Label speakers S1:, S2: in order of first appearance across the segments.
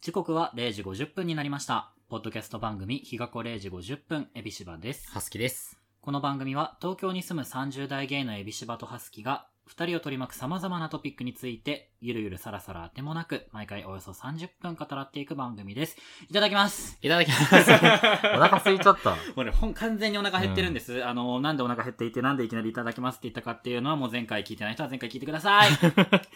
S1: 時刻は0時50分になりました。ポッドキャスト番組、日がこ0時50分、エビシバです。
S2: はすきです。
S1: この番組は、東京に住む30代ゲイのエビシバとハスキが、二人を取り巻く様々なトピックについて、ゆるゆるさらさら当てもなく、毎回およそ30分語らっていく番組です。いただきます
S2: い ただきます。お腹空いちゃった。
S1: もうね、ほん、完全にお腹減ってるんです。あの、なんでお腹減っていて、なんでいきなりいただきますって言ったかっていうのは、もう前回聞いてない人は前回聞いてくだ さい。い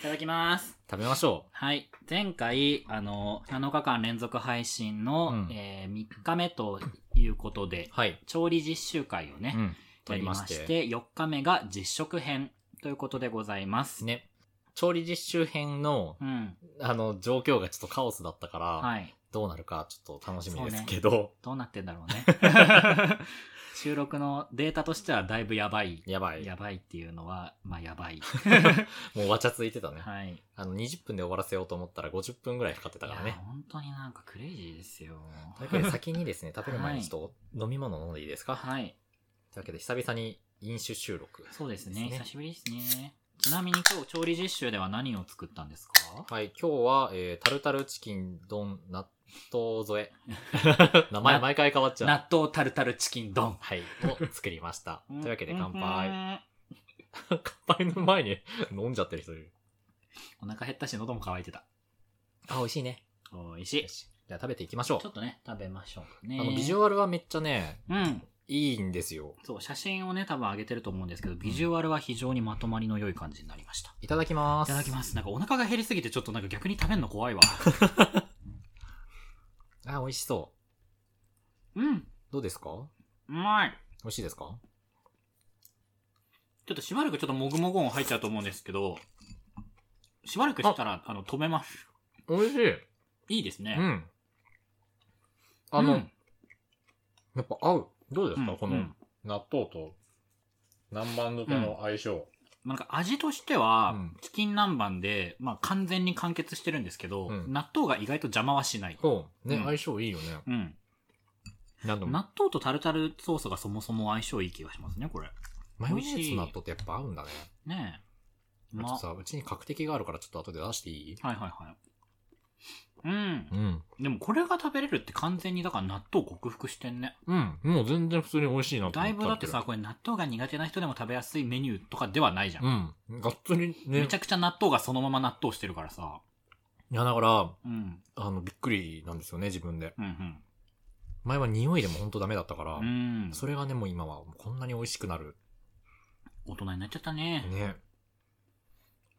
S1: ただきます。
S2: 食べましょ
S1: はい。前回、あの、7日間連続配信の、
S2: うん
S1: えー3日目ということで
S2: う。、はい。
S1: 調理実習会をね、
S2: うん。
S1: やりまして、4日目が実食編ということでございます。
S2: ね。調理実習編の、
S1: うん。
S2: あの、状況がちょっとカオスだったから、
S1: はい。
S2: どうなるかちょっと楽しみですけど、
S1: どうなってんだろうね。 収録のデータとしてはだいぶやばい。
S2: やばい。
S1: やばいっていうのは、まあやば い。
S2: もうわちゃついてたね。
S1: はい。
S2: あの、20分で終わらせようと思ったら50分ぐらいかかってたから
S1: いや
S2: ね。
S1: 本当になんかクレイジーですよ。
S2: というわけで先にですね、食べる前
S1: は
S2: に
S1: い
S2: ちょっと飲み物飲んでいいですか、
S1: はい。
S2: というわけで久々に飲酒収録。
S1: そうです
S2: で
S1: ね。
S2: すね
S1: 久しぶりですね。ちなみに今日調理実習では何を作ったんですか
S2: はい、今日は、えー、タルタルチキン丼納豆 添え。名前毎回変わっちゃう。
S1: 納豆タルタルチキン丼。
S2: はい、を作りま した。というわけで乾杯。
S1: 杯。
S2: 乾杯の前に 飲んじゃってる人いる。
S1: お腹減ったし喉も渇いてた。
S2: あ、美味しいね。
S1: 美味しい
S2: よ。し。じゃあ食べていきましょ
S1: ちょ
S2: う。
S1: っとね、食べましょうかね。
S2: あの、ビジュアルはめっちゃね、
S1: うん。
S2: いいんですよ。
S1: そう、写真をね、多分上げてると思うんですけど、ビジュアルは非常にまとまりの良い感じになりました。
S2: いただき
S1: い
S2: ます。
S1: ただき
S2: す。
S1: ます。なんかお腹が減りすぎて、ちょっとなんか逆に食べるの怖いわ。
S2: あ、美味しそ
S1: うん。
S2: う。どうですか
S1: うまい。
S2: 美味しいですか
S1: ちょっとしばらくちょっともぐもぐ音入っちゃうと思うんですけど、しばらくしたら、あの、止めます。
S2: 美味しい。
S1: いいですね。
S2: うん。あの、
S1: うん
S2: やっぱ合う。どうですか、
S1: うん
S2: こ
S1: う
S2: の
S1: ん
S2: 納豆と南蛮漬けの相性。
S1: まあ、なんか味としては、
S2: うん
S1: チキン南蛮で、まあ、完全に完結してるんですけど、
S2: うん
S1: 納豆が意外と邪魔はしない。
S2: そう。ね、
S1: うん
S2: 相性いいよね。
S1: うん。
S2: なんでも、
S1: 納豆とタルタルソースがそもそも相性いい気がしますね、これ。
S2: マヨネーズ納豆ってやっぱ合うんだね。
S1: ねえ。
S2: ちょっ
S1: ま、
S2: と
S1: はい
S2: さ、うちに角的があるからちょっと後で出していい
S1: はいはい。うん
S2: う。ん。
S1: でもこれが食べれるって完全にだから納豆克服してんね。
S2: うん。もう全然普通に美味しいなと
S1: だ
S2: 思
S1: い
S2: った
S1: ぶだってさ、
S2: 食
S1: これ納豆が苦手な人でも食べやすいメニューとかではないじゃん。
S2: べるうん。がっつりね。
S1: めちゃくちゃ納豆がそのまま納豆してるからさ。
S2: いや、だから、
S1: うん。
S2: あの、びっくりなんですよね、自分で。
S1: うん
S2: 前は匂いでも本当ダメだったから、
S1: うん。うん。
S2: それがね、もう今はこんなに美味しくなる。
S1: 大人になっちゃったね。
S2: ね。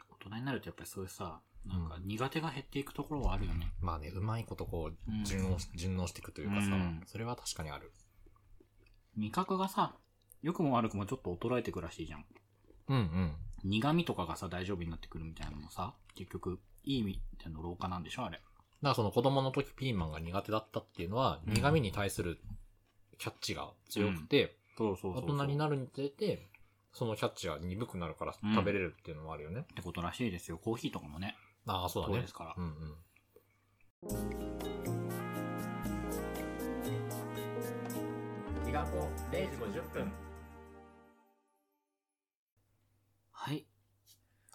S1: 大人になるとやっぱりそういうさ、なんか苦手が減っていくところはあるよね。
S2: まあね、うまいことこう、
S1: うん
S2: 順応し、順応していくというかさ、
S1: うん
S2: それは確かにある。
S1: 味覚がさ、良くも悪くもちょっと衰えてくらしいじゃん。
S2: うんうん。
S1: 苦味とかがさ、大丈夫になってくるみたいなのもさ、結局、いい意味での老化なんでしょあれ。
S2: だからその子供の時ピーマンが苦手だったっていうのは、
S1: うん
S2: 苦味に対するキャッチが強くて、
S1: そうそう
S2: 大人になるにつれて、そのキャッチが鈍くなるから
S1: うん
S2: 食べれるっていうのもあるよね。
S1: ってことらしいですよ。コーヒーとかもね。
S2: ああ、そうだ
S1: そう
S2: ね
S1: で。すから
S2: う。んうん。日がこ0時50分。
S1: はい。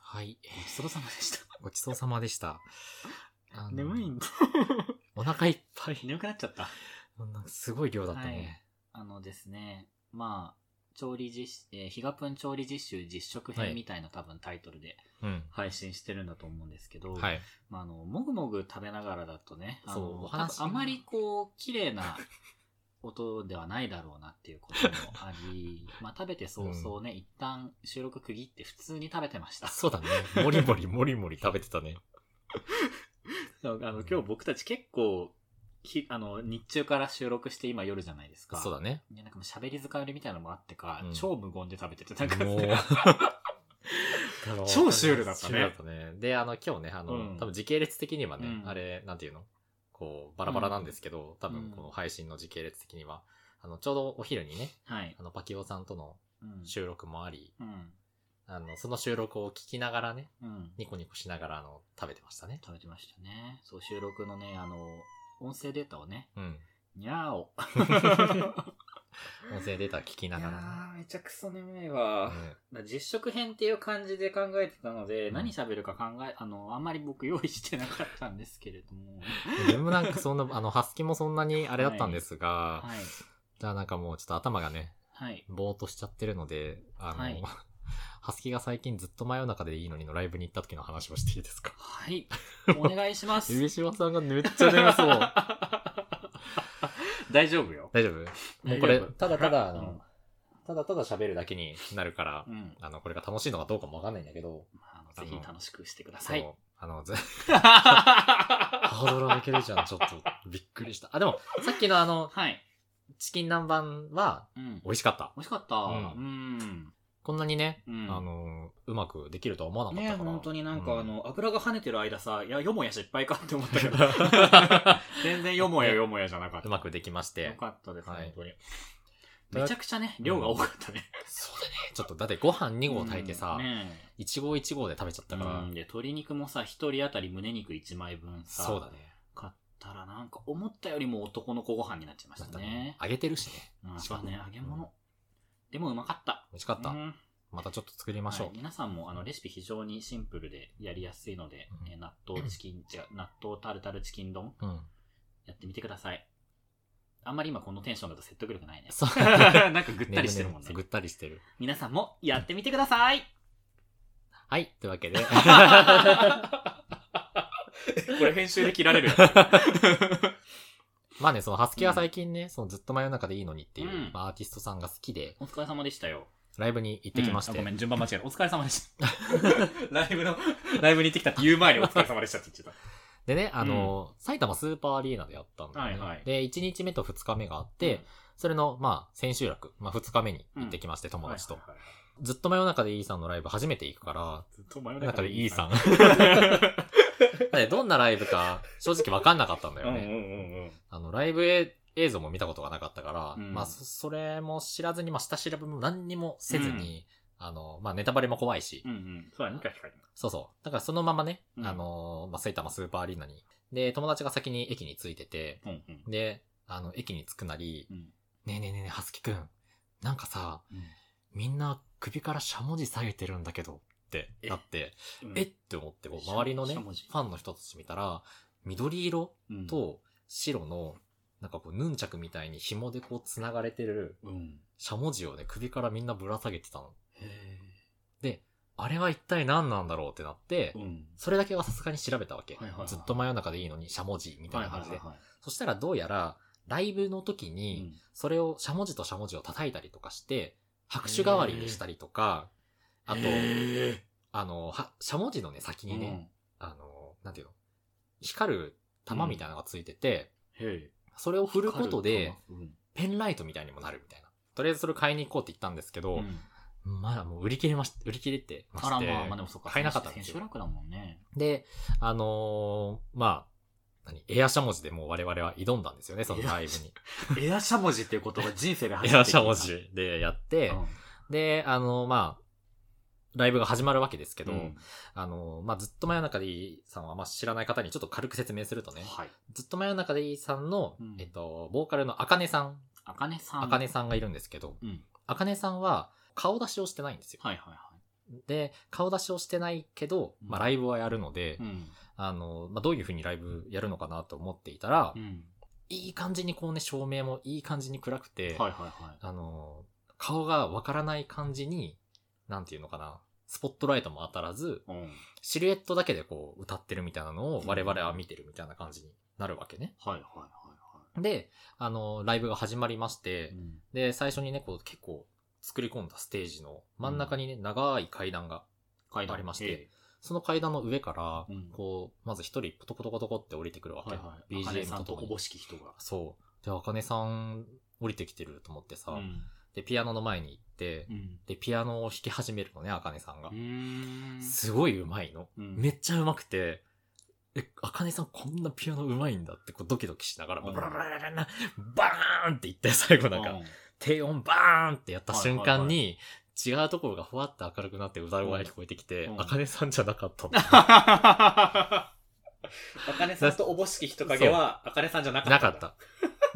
S2: はい。
S1: ごちそうさまでした。
S2: ごちそうさまでした。あの
S1: んで。
S2: お腹いっぱい。
S1: 眠くなっちゃった。
S2: なんかすごい量だったね。
S1: あのですね、まあ、調理実、えー、ヒガプン調理実習実食編みたいな多分タイトルで
S2: うん。
S1: 配信してるんだと思うんですけど、
S2: はい。
S1: まあ、あの、もぐもぐ食べながらだとね、あの
S2: そうお話
S1: 多分あまりこう、綺麗な音ではないだろうなっていうこともあ り、まあ食べて早々ね、一旦収録区切って普通に食べてました。
S2: そうだね。もりもりもりもり食べてたね。
S1: そう あの今日僕たち結構ひあの日中から収録して今夜じゃないですか
S2: そうだね。
S1: いやなんかもう喋り疲れみたいなのもあってか、
S2: うん
S1: 超無言で食べててなんか
S2: もう あの
S1: 超シュールだったね
S2: シュールだったね。で、あの、今日ね、あの、
S1: うん
S2: 多分時系列的にはね、
S1: うん
S2: あれ、なんていうのこう、バラバラなんですけど、多
S1: うん
S2: 分この配信の時系列的には、あの、ちょうどお昼にね、
S1: はい、
S2: あの、パキオさんとの
S1: うん
S2: 収録もあり、
S1: うん
S2: あの、その収録を聞きながらね、
S1: うん、
S2: ニコニコしながら、あの、食べてましたね。
S1: 食べてましたねそう収録のねあの音声データをね
S2: うん。
S1: にゃーお
S2: 音声データ聞きながらね。
S1: ー、めちゃくそ眠いわだから実食編っていう感じで考えてたので、
S2: うん
S1: 何喋るか考え、あの、あんまり僕用意してなかったんですけれども。
S2: うんでもなんかそんな、あの、ハスキもそんなにあれだったんですが、
S1: はい。
S2: じゃあなんかもうちょっと頭がね、
S1: はい。
S2: ぼーっとしちゃってるので、あの、
S1: はい
S2: ハスキが最近ずっと真夜中でいいのにのライブに行った時の話をしていい ですか
S1: はい。お願いします。
S2: 上島さんがめっちゃ眠そう。
S1: 大丈夫よ。
S2: 大丈夫もうこれ、
S1: 大丈夫
S2: ただただ、あ
S1: うん
S2: の、ただただ喋るだけになるから
S1: う、ん。
S2: あの、これが楽しいのかどうかもわかんないんだけど、
S1: まあ
S2: あ
S1: ぜ
S2: の
S1: ひ楽しくしてください。
S2: そうあの、 ずハードル上げるじゃん、ちょっと。びっくりした。あ、でも、さっきのあの、
S1: はい。
S2: チキン南蛮は、
S1: うん。美
S2: 美味しかった。
S1: 味しかった。う
S2: うん
S1: ん。
S2: こんなにね、
S1: うん。
S2: あの、うまくできるとは思わなかっ
S1: ね
S2: たから。
S1: 本当になんか、
S2: う
S1: あの、油が跳ねてる間さ、いや、よもや失敗かって思ったけ ど、全然よもやよもやじゃなか った。
S2: うまくできまし
S1: よ
S2: て。
S1: かったです、
S2: はい
S1: 本当に。めちゃくちゃね、量が多かったね。
S2: そうだね。ちょっと、だってご飯2合炊いてさ
S1: うん、ねえ
S2: 一合一合で食べちゃったから。
S1: うんで、鶏肉もさ、一人当たり胸肉1枚分さ、
S2: そうだね。
S1: 買ったらなんか思ったよりも男の子ご飯になっちゃいま
S2: だ
S1: し
S2: ったた
S1: ね
S2: ね。。揚げてるしね。
S1: うん、
S2: し
S1: そ
S2: か
S1: う
S2: も
S1: だね、揚げ
S2: うん
S1: 物。でもうまかった。
S2: 美味しかった。
S1: うん
S2: またちょっと作りましょう。
S1: はい皆さんもあのレシピ非常にシンプルでやりやすいので、
S2: うん
S1: えー納豆チキン、違う、納豆タルタルチキン丼
S2: うん。
S1: やってみてください。あんまり今このテンションだと説得力ないね。
S2: そ う
S1: なんかぐったりしてるもんね
S2: ぐ。ったりしてる。
S1: 皆さんもやってみてくだ さい
S2: はい。というわけで。
S1: これ編集で切られるやつ。
S2: まあね、その、ハスキーは最近ね、そのずっと真夜中でいいのにっていう、
S1: うん
S2: まあアーティストさんが好きで、
S1: お疲れ様でしたよ。
S2: ライブに行ってきまし
S1: うん
S2: て。
S1: あごめん、順番間違えた。お疲れ様で した。ライブの、ライブに行ってきたって言う前にお疲れ様でしたって言って
S2: でね、あの、埼玉スーパーアリーナでやったんだよね。
S1: はいはい
S2: で、1日目と2日目があって、それの、まあ、千秋楽、まあ、2日目に行ってきまして、
S1: た。
S2: 友達と
S1: はい。はいはい
S2: ずっと真夜中でいいさんのライブ初めて行くから、
S1: ずっと真夜
S2: 真夜中でいいさ
S1: ん。
S2: ん。だってどんなライブか、正直わかんなかったんだ
S1: う
S2: よ
S1: んうん
S2: ね。
S1: うんうん。
S2: あの、ライブ映像も見たことがなかったから、
S1: うん
S2: まあそ、それも知らずに、まあ、下調べも何にもせずに、あの、まあ、ネタバレも怖いし、
S1: うんうん。そうだね、確かに。
S2: そうそう。だからそのままね、
S1: うん
S2: あの、まあ、埼玉スーパーアリーナに。で、友達が先に駅に着いてて、
S1: うんうん。
S2: で、あの、駅に着くなり、
S1: うん
S2: ねえねえねえねえ、はすきくん、なんかさ、みんな首からしゃもじ下げてるんだけど、って
S1: え
S2: なって、
S1: うん
S2: えって思って、こう、周りの
S1: し
S2: ね、フ
S1: ゃもじ
S2: ァンの人たち見たら、緑色
S1: うん、
S2: と白の、なんかこう、ヌンチャクみたいに紐でこう、繋がれてる、
S1: うん。
S2: しゃもじをね、首からみんなぶら下げてたの。
S1: へ
S2: あれは一体何なんだろうってなって、
S1: ーうん。
S2: それだけはさすがに調べたわけ。
S1: はいはいはい
S2: ずっと真夜中でいいのに、しゃもじみたいな感じで。そしたらどうやら、ライブの
S1: い
S2: 時に、それをしゃもじとしゃもじを叩いたりとかして、拍手代わりにしたりとか、あと、
S1: へ
S2: あの、は、しゃもじのね、先
S1: ー
S2: にね、あの、なんていうの、光る玉みたいなのがついてて、
S1: うんへ
S2: それを振
S1: ー
S2: ることで、、
S1: うん
S2: ペンライトみたいにもなるみたいな。とりあえずそれ買いに行こうって言ったんですけど、
S1: うん
S2: まあもう売り切れまし、売り切れてま
S1: あ
S2: し
S1: ら
S2: て、
S1: まあ、まあでもそっか。
S2: 買えなかったん
S1: 選
S2: です
S1: 手
S2: よ。
S1: 楽だもんね。
S2: で、あのーまあ、何エアしゃもじでもう我々は挑んだんですよね、そのライブに。
S1: エアしゃもじっていう言葉人生で初め て聞い
S2: エ
S1: た。
S2: アしゃもじでやって、で、あのーまあ、ライブが始まるわけですけ
S1: け
S2: ど、あのーまあ、ずっと真夜中でいいさんはあんま知らない方にちょっと軽く説明するとね、
S1: はい。
S2: ずっと真夜中でいいさんの、
S1: うん
S2: えっと、ボーカルのあかねさん、
S1: あかねさん。
S2: あかねさんがいるんですけど、
S1: うん。
S2: あかねさんは顔出しをしてないんですよ。
S1: はいはいは
S2: で、顔出しをしてないけど、まあ、ライブはやるので、
S1: い。うん。
S2: あのーまあ、どういう風にライブやるのかなと思っていたら、
S1: うん。
S2: いい感じにこうね、照明もいい感じに暗くて、
S1: はいはいはい。
S2: あの、顔がわからない感じに、なんていうのかな、スポットライトも当たらず、
S1: うん。はい
S2: シルエットだけでこう歌ってるみたいなのを我々は見てるみたいな感じになるわけね。
S1: はいはい
S2: で、あの、ライブが始まりまし
S1: はい。
S2: て
S1: う、ん
S2: で、最初にね、こう結構作り込んだステージの真ん中にね、長い階段が、
S1: 階段
S2: ありまして
S1: え
S2: その階段の上から
S1: うん、
S2: こう、まず一人ポトポトポトポって降りてくる
S1: え
S2: わ
S1: はい
S2: け。
S1: はい。あかね
S2: BGM
S1: さんと
S2: とと
S1: お
S2: も
S1: ぼ
S2: に。
S1: しき人が。
S2: そう。で、あかねさん降りてきてると思ってさ、
S1: うん。
S2: で、ピアノの前に行って、
S1: うん。
S2: で、ピアノを弾き始めるのね、あかねさんが
S1: う。ん。
S2: すごい上手いの。
S1: うん
S2: めっちゃ上手くて、え、あかねさんこんなピアノ上手いんだって、こうドキドキしながら、
S1: うん
S2: ブラブラブラブラブラバーンって言って、最後なんか、低音バーンってやった瞬間に、違うところがふわっと明るくなって歌声が聞こえてきて
S1: う、ん
S2: あかねさんじゃなか ったの
S1: あかねさんとおぼしき人影は、あかねさんじゃなかった。
S2: なかっ。た。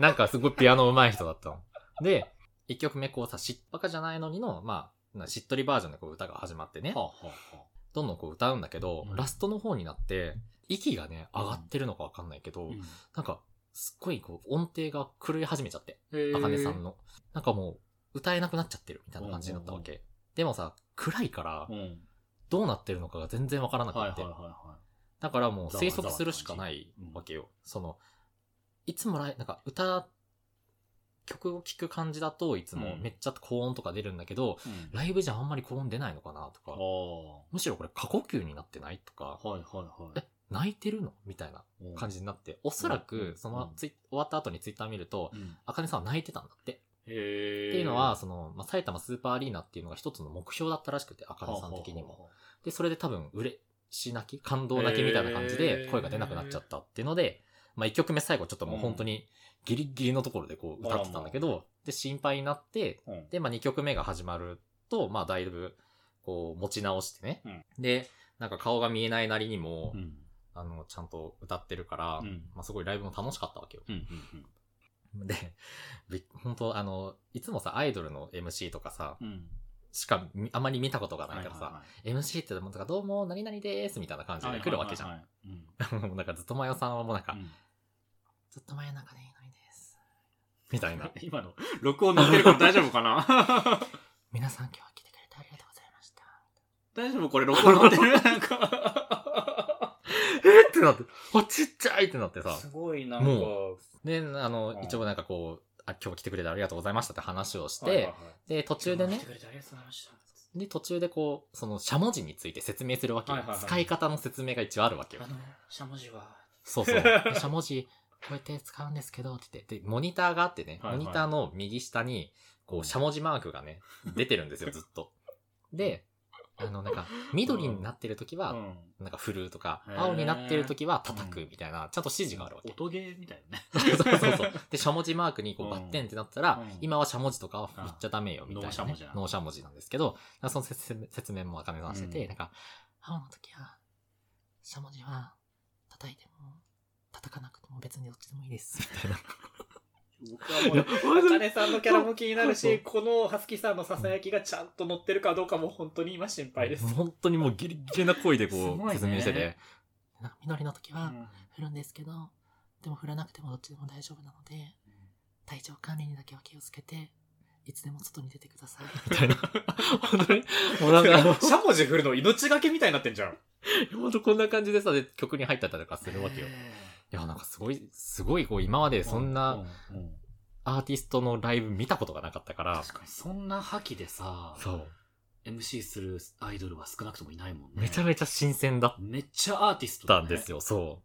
S2: なんかすごいピアノ上手い人だったの。で、一曲目こうさ、しっぱかじゃないのにの、まあ、なしっとりバージョンでこう歌が始まってね、
S1: はあはあは
S2: どんどんこう歌うんだけど、
S1: うん
S2: ラストの方になって、息がね、上がってるのかわかんないけ
S1: あ。
S2: ど、なんか、すっごいこう音程が狂い始めちゃって、
S1: え
S2: あかねさんの。なんかもう、歌えなくなっちゃってるみたいな感じになったわけ。でもさ、暗いから
S1: う、ん。
S2: どうなってるのかが全然わからなく
S1: はい
S2: なっ
S1: はい
S2: て、
S1: はいは
S2: だからもう
S1: ざわざわ
S2: 推測するしかないわけよ。その、いつもライなんか歌、曲を聴く感じだといつも
S1: うん
S2: めっちゃ高音とか出るんだけど、
S1: い。うん。
S2: ライブじゃあんまり高音出ないのかなとか
S1: あ、あ。
S2: むしろこれ過呼吸になってないとか、
S1: はいはいは。
S2: え、泣いてるのみたいない感
S1: じ。
S2: じになって、おそら
S1: うん、
S2: くそのツイ、終わった後にツイッター見ると、
S1: うん。
S2: あかねさんは泣いてたんだって。
S1: へえ。
S2: っていうのは、、その、まあ、埼玉スーパーアリーナっていうのが一つの目標だったらしくて、あかねさん的にも。。で、それで多分、嬉し泣き感動泣きみたいな感じ
S1: へ
S2: で
S1: ー、
S2: 声が出なくなっちゃったっていうので、まあ、一曲目最後ちょっともう本当にギリギリのところでこう歌ってたんだけど、で、心配になって、
S1: うん。
S2: で、まあ、二曲目が始まると、まあ、だいぶ、こう、持ち直してね。
S1: うん
S2: で、なんか顔が見えないなりにも、
S1: うん。
S2: あの、ちゃんと歌ってるから、
S1: うん
S2: まあ、すごいライブも楽しかったわけよ。
S1: うん。うん。
S2: で、び本当あの、いつもさ、アイドルの MC とかさ、
S1: うん。
S2: しかみあまり見たことがないから
S1: は
S2: さ、
S1: いはいはい
S2: MC ってもんとか、どうも、何々でーすみたいな感じで来るわけじゃん。
S1: はいはいはい
S2: もうなんか ずっとまよさんはもうなんか、
S1: はいうん。
S2: ずっとまよ中でいいのにです。みたいな
S1: 今の、録音乗ってるから大丈夫かな
S2: 皆さん今日は来てくれてありがとうございました。
S1: 大丈夫これ録音乗ってるなんか。
S2: えーってなって、あ、ちっちゃいってなってさ。
S1: すごいなん
S2: ん
S1: か
S2: か。で、あの、
S1: うん
S2: 一応なんかこう、あ、今日来てくれてありがとうございましたって話をして、
S1: はいはいはい、
S2: で、途中でね
S1: 来て、くれてありがとうございました。
S2: で、途中でこう、その、しゃもじについて説明するわけよ、
S1: はいはいはい
S2: 使い方の説明が一応あるわけよ
S1: あ。の、しゃもじは。
S2: そう そう。でしゃもじ、こうやって使うんですけど、って言って。で、モニターがあってね、
S1: はいはい
S2: モニターの右下に、こう、しゃもじマーク がね、出てるんですよ、ずっと。で、あの、なんか、緑になってる時
S1: う
S2: は、
S1: ん。
S2: なんか振るとか、
S1: へー
S2: 青になってる時は叩くみたいな、ちゃんと指示があるわけ。
S1: 音ゲーみたい なね。
S2: そうそうそう。で、しゃもじマークにこ
S1: う
S2: うんバッテンってなったら
S1: うん、
S2: 今はしゃもじとかは振っちゃダメよ、みたい
S1: ノーし
S2: な
S1: ゃも
S2: ね
S1: じなん。だ
S2: ノーしゃもじなんですけど、なんかその説明説明もあかねさんして
S1: うん
S2: て、なんか、青の時は、しゃもじは叩いても、叩かなくても別にどっちでもいいです、みたいな。
S1: 僕はもう、あかねさんのキャラも気になるし、このハスキーさんのささやきがちゃんと乗ってるかどうかも本当に今心配です。
S2: 本当にもうギリギリな声ですこ
S1: ごいね
S2: う、説明してて。なんか緑の時
S1: う
S2: は、
S1: ん
S2: 振るんですけど、でも振らなくてもどっちでも大丈夫なので、体調管理にだけは気をつけて、いつでも外に出てください、みたいな。本当に、もうなんかあの、
S1: しゃもじ振るの命がけみたいになってんじゃん。
S2: ほんとこんな感じでさ、で曲に入ったりとかするわけよ。い
S1: え
S2: や、なんかすごい、すごいこう今まで
S1: ー。
S2: そんな
S1: うん、うんうん
S2: アーティストのライブ見たことがなかったから、
S1: 確かに、そんな覇気でさ、
S2: そう。
S1: MC するアイドルは少なくともいないもんね。
S2: めちゃめちゃ新鮮だっ
S1: めっちゃアーティスト
S2: たんです
S1: よ。
S2: よ、そ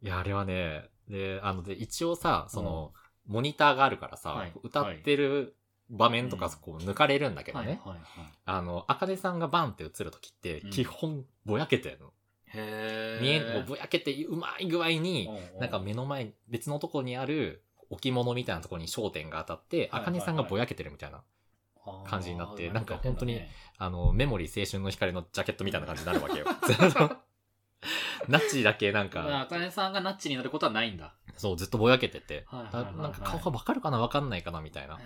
S2: う。いや、あれはね、で、あの、で、一応さ、その、モニターがあるからさ、
S1: はい
S2: 歌ってる場面と
S1: う
S2: か
S1: ん
S2: こう抜かれるんだけど
S1: はい
S2: ね。
S1: はいはい。
S2: あの、あかねさんがバンって映るときって
S1: うん、
S2: 基本ぼやけてんの。
S1: へ
S2: 見え、もうぼやけて、うまい具合に、なんか
S1: め
S2: 目の前、別のとこにある置物みたいなとこに焦点が当たって、
S1: はい
S2: あ
S1: はい
S2: か
S1: はい
S2: ねさんがぼやけてるみたいな、感じになってなんか本当にあの、メモリー青春の光のジャケットみたいな感じになるわ けよ。そのナッチだけなん
S1: あ
S2: か、
S1: かねさんがナッチになることはないんだ。
S2: そう、ずっとぼやけてて、
S1: はいはいはい
S2: だ
S1: はい
S2: なんか顔がわかるかなわかんないかなみたいな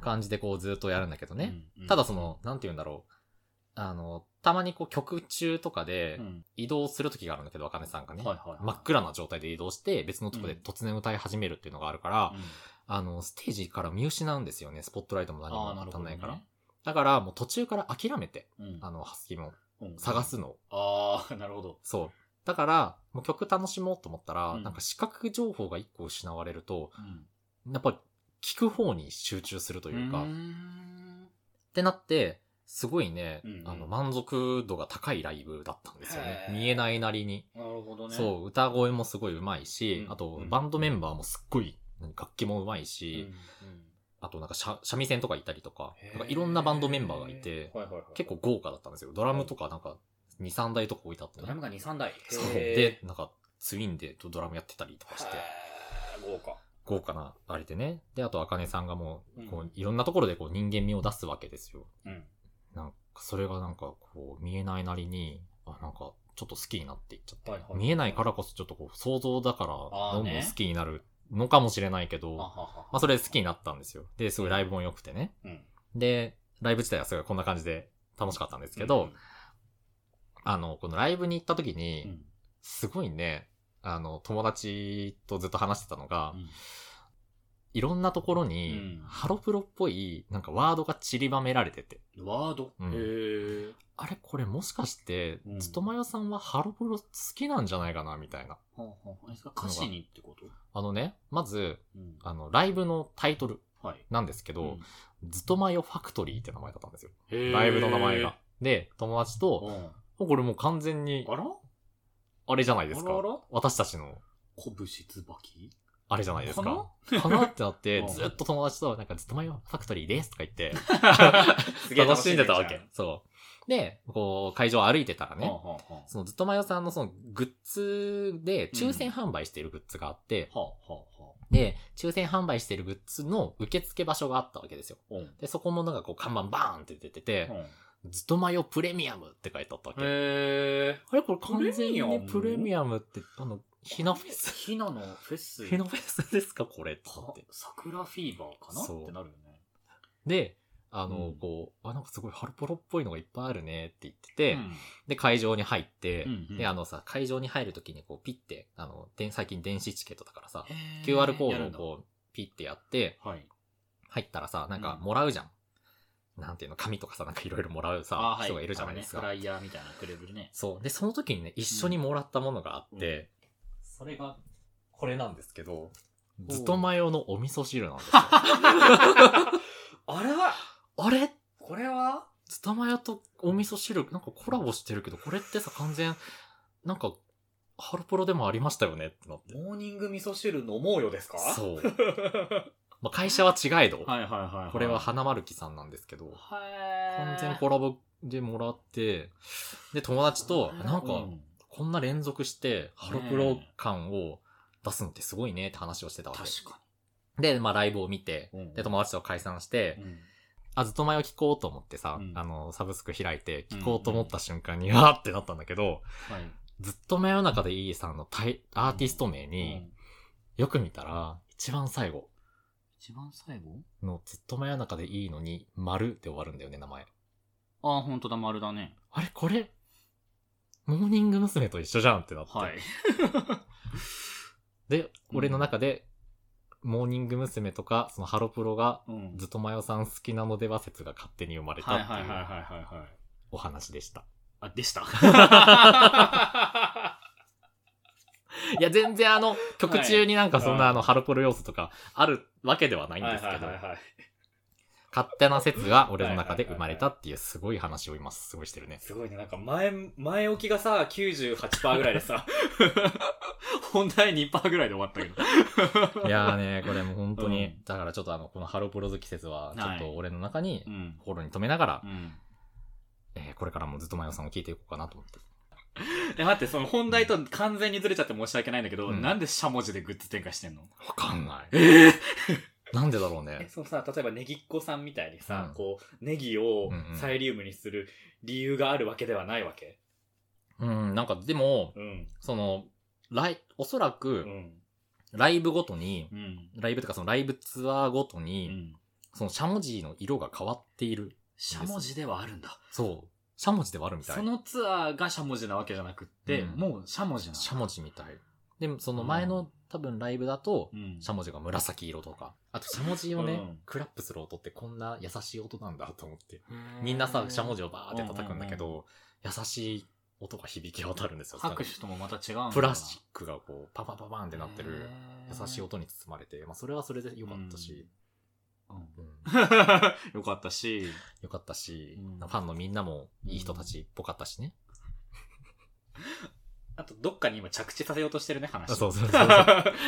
S2: 感じでこうずっとやるんだけどね。ただその、なんて言うんだろう。あの、たまにこう曲中とかで移動する時があるんだけど、あかねさんがね。真っ暗な状態で移動して、別のとこで突然歌い始めるっていうのがあるから、あの、ステージから見失うんですよね。スポットライトも何
S1: ああ、
S2: も
S1: なる
S2: 当
S1: ほ
S2: たん
S1: ど。
S2: ないから。
S1: ね
S2: だから、もう途中から諦めて、あの、ハスキーも探。す
S1: うん
S2: の。
S1: ああ、 なるほど。
S2: そう。だから、もう曲楽しもうと思ったら、
S1: うん
S2: なんか視覚情報が一個失われると、
S1: うん
S2: やっぱ聞く方に集中すると
S1: と
S2: いうか、ってなって、すごいね、
S1: うんうん
S2: あの、満足度が高いライブだったんですよね
S1: へ。ー
S2: 見えないなりに。
S1: なるほどね。
S2: そう、歌声もすごい上手いし、
S1: うん
S2: あと
S1: うん、
S2: バンドメンバーもすっごい、楽器も上手
S1: う
S2: い
S1: ん。
S2: し、
S1: うん
S2: あとなんかしゃ、三味線とかいたりとか
S1: へ、ー
S2: なんかいろんなバンドメンバーがいて、
S1: はいはいはい
S2: 結構豪華だったんですよ。ドラムとかなんか、2、3台とか置いてあって
S1: ドラム
S2: ね。
S1: が2、3台。
S2: そう。
S1: へ
S2: で、なんか、ツインでドラムやってたりと
S1: ー、
S2: かして、
S1: へー豪華。
S2: 豪華なあれでね。で、あと、あかねさんがもう、こ
S1: うん
S2: う、いろんなところでこう人間味を出すわけですよ。
S1: うん。
S2: なんか、それがなんか、こう、見えないなりに、あ、なんか、ちょっと好きになっていっちゃって。
S1: はいはい
S2: 見えないからこそ、ちょっとこう、想像だから、
S1: あー
S2: どんどん
S1: ね
S2: 好きになるのかもしれないけど、
S1: あは
S2: ま
S1: は
S2: あそれ好きになったんですよ。で、すごいライブも良くてね。
S1: うん。
S2: で、ライブ自体はすごいこんな感じで楽しかったんですけど、あの、このライブに行った時に、
S1: うん、
S2: すごいね、あの、友達とずっと話してたのが、
S1: うん
S2: いろんなところ
S1: う
S2: に
S1: ん、
S2: ハロプロっぽい、なんかワードが散りばめられてて、
S1: うん。ワード、
S2: うん
S1: へえ。
S2: あれこれもしかして
S1: うん、
S2: つとまよさんはハロプロ好きなんじゃないかな、みたいな。
S1: はあはあえそれ歌詞にってこと
S2: あのね、まず、
S1: うん。
S2: あの、ライブのタイトル
S1: はい。
S2: なんですけど、ずとまよファクトリーって名前だったんですよ。
S1: うん
S2: ライブの名前が。。で、友達
S1: へ
S2: と、
S1: ー
S2: これもう完全に
S1: うん、あら
S2: あれじゃないです
S1: あ
S2: から
S1: あら。
S2: 私たちの、
S1: 拳椿
S2: あれじゃないです
S1: か
S2: か
S1: な。
S2: かなってなっ て
S1: う、ん
S2: ずっと友達と、なんか、ずっとまよファクトリーですとか言って、
S1: すげえ
S2: 楽しんでたわ
S1: じゃ
S2: け
S1: ん。
S2: そう。で、こう、会場歩いてたら
S1: はあ
S2: ね、
S1: はあは
S2: そのずっとまよさんのそのグッズで、抽選販売しているグッズがあって、
S1: あはあはあはあ
S2: で、抽選販売しているグッズの受付場所があったわけですよ。
S1: うんうん
S2: で、そこもなんかこう看板バーンって出てて、ずっとまよプレミアムって書いてあったわけ。
S1: へえ。
S2: あれこれ完全にね
S1: プ
S2: プ
S1: レ
S2: レ
S1: ミ
S2: ミアムって、あの、ひなフェス、
S1: ひなのフェス。
S2: ひなフェスですかこれって思
S1: か
S2: って。
S1: 桜フィーバーかな
S2: そう
S1: ってなるよね。
S2: で、あ
S1: う
S2: の、
S1: ん
S2: こう、あ、なんかすごいハロプロっぽいのがいっぱいあるねって言ってて、
S1: うん
S2: で、会場に入って、
S1: うんうん
S2: で、あのさ、会場に入るときにこう、ピッて、あの、で最近電子チケットだからさ、
S1: へー
S2: QR コード
S1: や
S2: を
S1: るんだ
S2: こう、ピッてやって、
S1: はい。
S2: 入ったらさ、なんか
S1: うん
S2: もらうじゃん。なんていうの、紙とかさ、なんかいろいろもらう
S1: あ
S2: さ、
S1: はい
S2: 人がいるじゃないです
S1: あの
S2: か。
S1: ねフライヤーみたいなくれるね。
S2: そう。で、その時にね、一緒にもらったものがあって、それが、これなんですけど、ずっとマヨのお味噌汁 なんですよ。
S1: あれは
S2: あれ
S1: これは
S2: ずたまやとお味噌汁、なんかコラボしてるけど、これってさ、完全、なんか、ハロプロでもありましたよねってなって。
S1: モーニング味噌汁飲もうよですかう。
S2: そう。まあ、会社は違えど、
S1: はいはいはいはい。
S2: これは
S1: は
S2: 花丸木さんなんですけど、
S1: い。
S2: 完全コラボでもらって、で、友達と、なん
S1: う
S2: か、こんな連続して、ハロプロ感を出すのってすごいねって話をしてたわ
S1: 確か
S2: け。で、まあ、ライブを見て、
S1: うん
S2: で、友達と解散して、
S1: に。うん
S2: あ、ずっと前を聞こうと思ってさ、
S1: うん
S2: あの、サブスク開いて、聞こうと思った瞬間に、あーってなったんだけど、
S1: はい。
S2: ずっと真夜中でいいさんのタイアーティスト
S1: う
S2: 名に
S1: ん、
S2: よく見たら、一番最後
S1: 一番最後
S2: のずっと真夜中でいいのに、丸で終わるんだよね、名前。
S1: ああ、ほんとだ、丸だね。
S2: あれこれ、モーニング娘。と一緒じゃんってなって。
S1: はい。
S2: で、俺の中で、モーニング娘。とか、そのハロプロが、
S1: うん
S2: ずっと真夜さん好きなのでは説が勝手に生まれた
S1: はい
S2: って
S1: はいはいはい
S2: いう
S1: はいはい。
S2: お話でした。
S1: あ、で した。
S2: いや、全然あの、曲中になんかそん
S1: は
S2: ないあの、ハロプロ要素とかあるわけではないんですけど、
S1: はい。
S2: 勝手な説が俺の中で生まれたっていうすごい話を今すごいしてるね。
S1: すごいね。なんか前、前置きがさ、98%ぐらいで さ、本題2%ぐらいで終わったけど。
S2: いやーね、これもう本当に、
S1: うん
S2: だからちょっとあの、このハロプロ好き説は、ちょっと俺の中に
S1: うん。
S2: 心に留めながら、
S1: うん。
S2: えーこれからもずっとマヨさんを聞いていこうかなと思って。
S1: え、待って、その本題と完全にずれちゃって申し訳ないんだけど、
S2: うん
S1: なんでしゃもじでグッズ展開してんの
S2: わかんない。
S1: え
S2: なんでだろう
S1: え
S2: ね。
S1: そのさ、例えばネギっ子さんみたいにさ、
S2: うん
S1: こう、ネギを
S2: うんうん
S1: サイリウムにする理由があるわけではないわけ
S2: うん、なんかでも、
S1: うん。
S2: その、ライ、おそら
S1: う
S2: く、
S1: ん。
S2: ライブごとに
S1: う、ん。
S2: ライブとかそのライブツアーごと
S1: う
S2: に、
S1: ん。
S2: そのしゃもじの色が変わっている。
S1: しゃもじではあるんだ。
S2: そう。しゃもじではあるみたい。
S1: そのツアーがしゃもじなわけじゃなくって、
S2: うん
S1: もうしゃもじなの
S2: しゃもじみたい。でも、その前
S1: う
S2: の
S1: ん
S2: 多分ライブだと、
S1: うん
S2: しゃもじが紫色とか。あと、しゃもじをね、
S1: うん
S2: クラップする音ってこんな優しい音なんだと思って。みんなさ、しゃもじをバーって叩くんだけど、
S1: う
S2: 優しい音が響き渡るんですよ。
S1: 拍手ともまた違うんだな
S2: プラスチックがこう、パパパパンってなってる、
S1: へー
S2: 優しい音に包まれて、まあ、それはそれで良かったし、
S1: うん
S2: うん
S1: よかったし
S2: 良かったし、
S1: うん
S2: ファンのみんなもいい人たちっぽかったしね。
S1: あとどっかに今着地させようとしてるね話
S2: あそうそうそうそう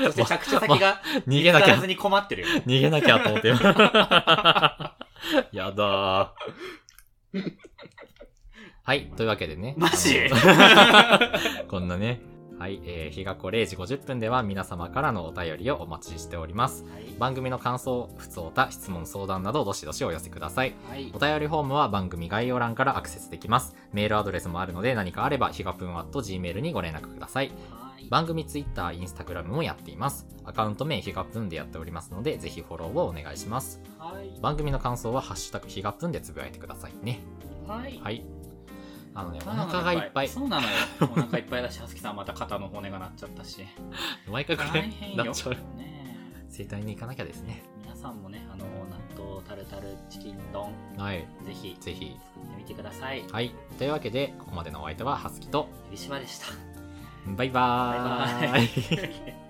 S1: そして着地先が
S2: 逃げな
S1: な
S2: き
S1: ら
S2: ゃ
S1: ず、に困ってるよね
S2: 逃げなきゃと思って。 やだー。はい、というわけでね。
S1: マジ
S2: あの こんなね。はい、えー、日がこ0時50分では皆様からのお便りをお待ちしております。番組の感想、普通た、質問、相談などどしどしお寄せください。
S1: はい
S2: お便りフォームは番組概要欄からアクセスできます。メールアドレスもあるので何かあれば、ひがぷん at gmail にご連絡ください。
S1: は
S2: 番組 Twitter、Instagram もやっています。アカウント名、ひがぷんでやっておりますので、ぜひフォローをお願いします。
S1: はい。
S2: 番組の感想は、ハッシュタグ、ひがぷんでつぶやいてくださいね。
S1: はい。
S2: はい。あのね、お腹がいっぱい。
S1: そうなのよ。お腹いっぱいだし、はすきさんまた肩の骨がなっちゃったし。
S2: 毎回こ
S1: 大変よ。
S2: れ、なっちゃう。
S1: ねえ
S2: 整体に行かなきゃですね。
S1: 皆さんもね、あの、納豆タルタルチキン丼、
S2: はい。
S1: ぜひ作
S2: ぜひ。
S1: ってみてください。
S2: はい。というわけで、ここまでのお相手は、はすきと、
S1: 霧島でした。
S2: バイバーイ。
S1: バイバイ。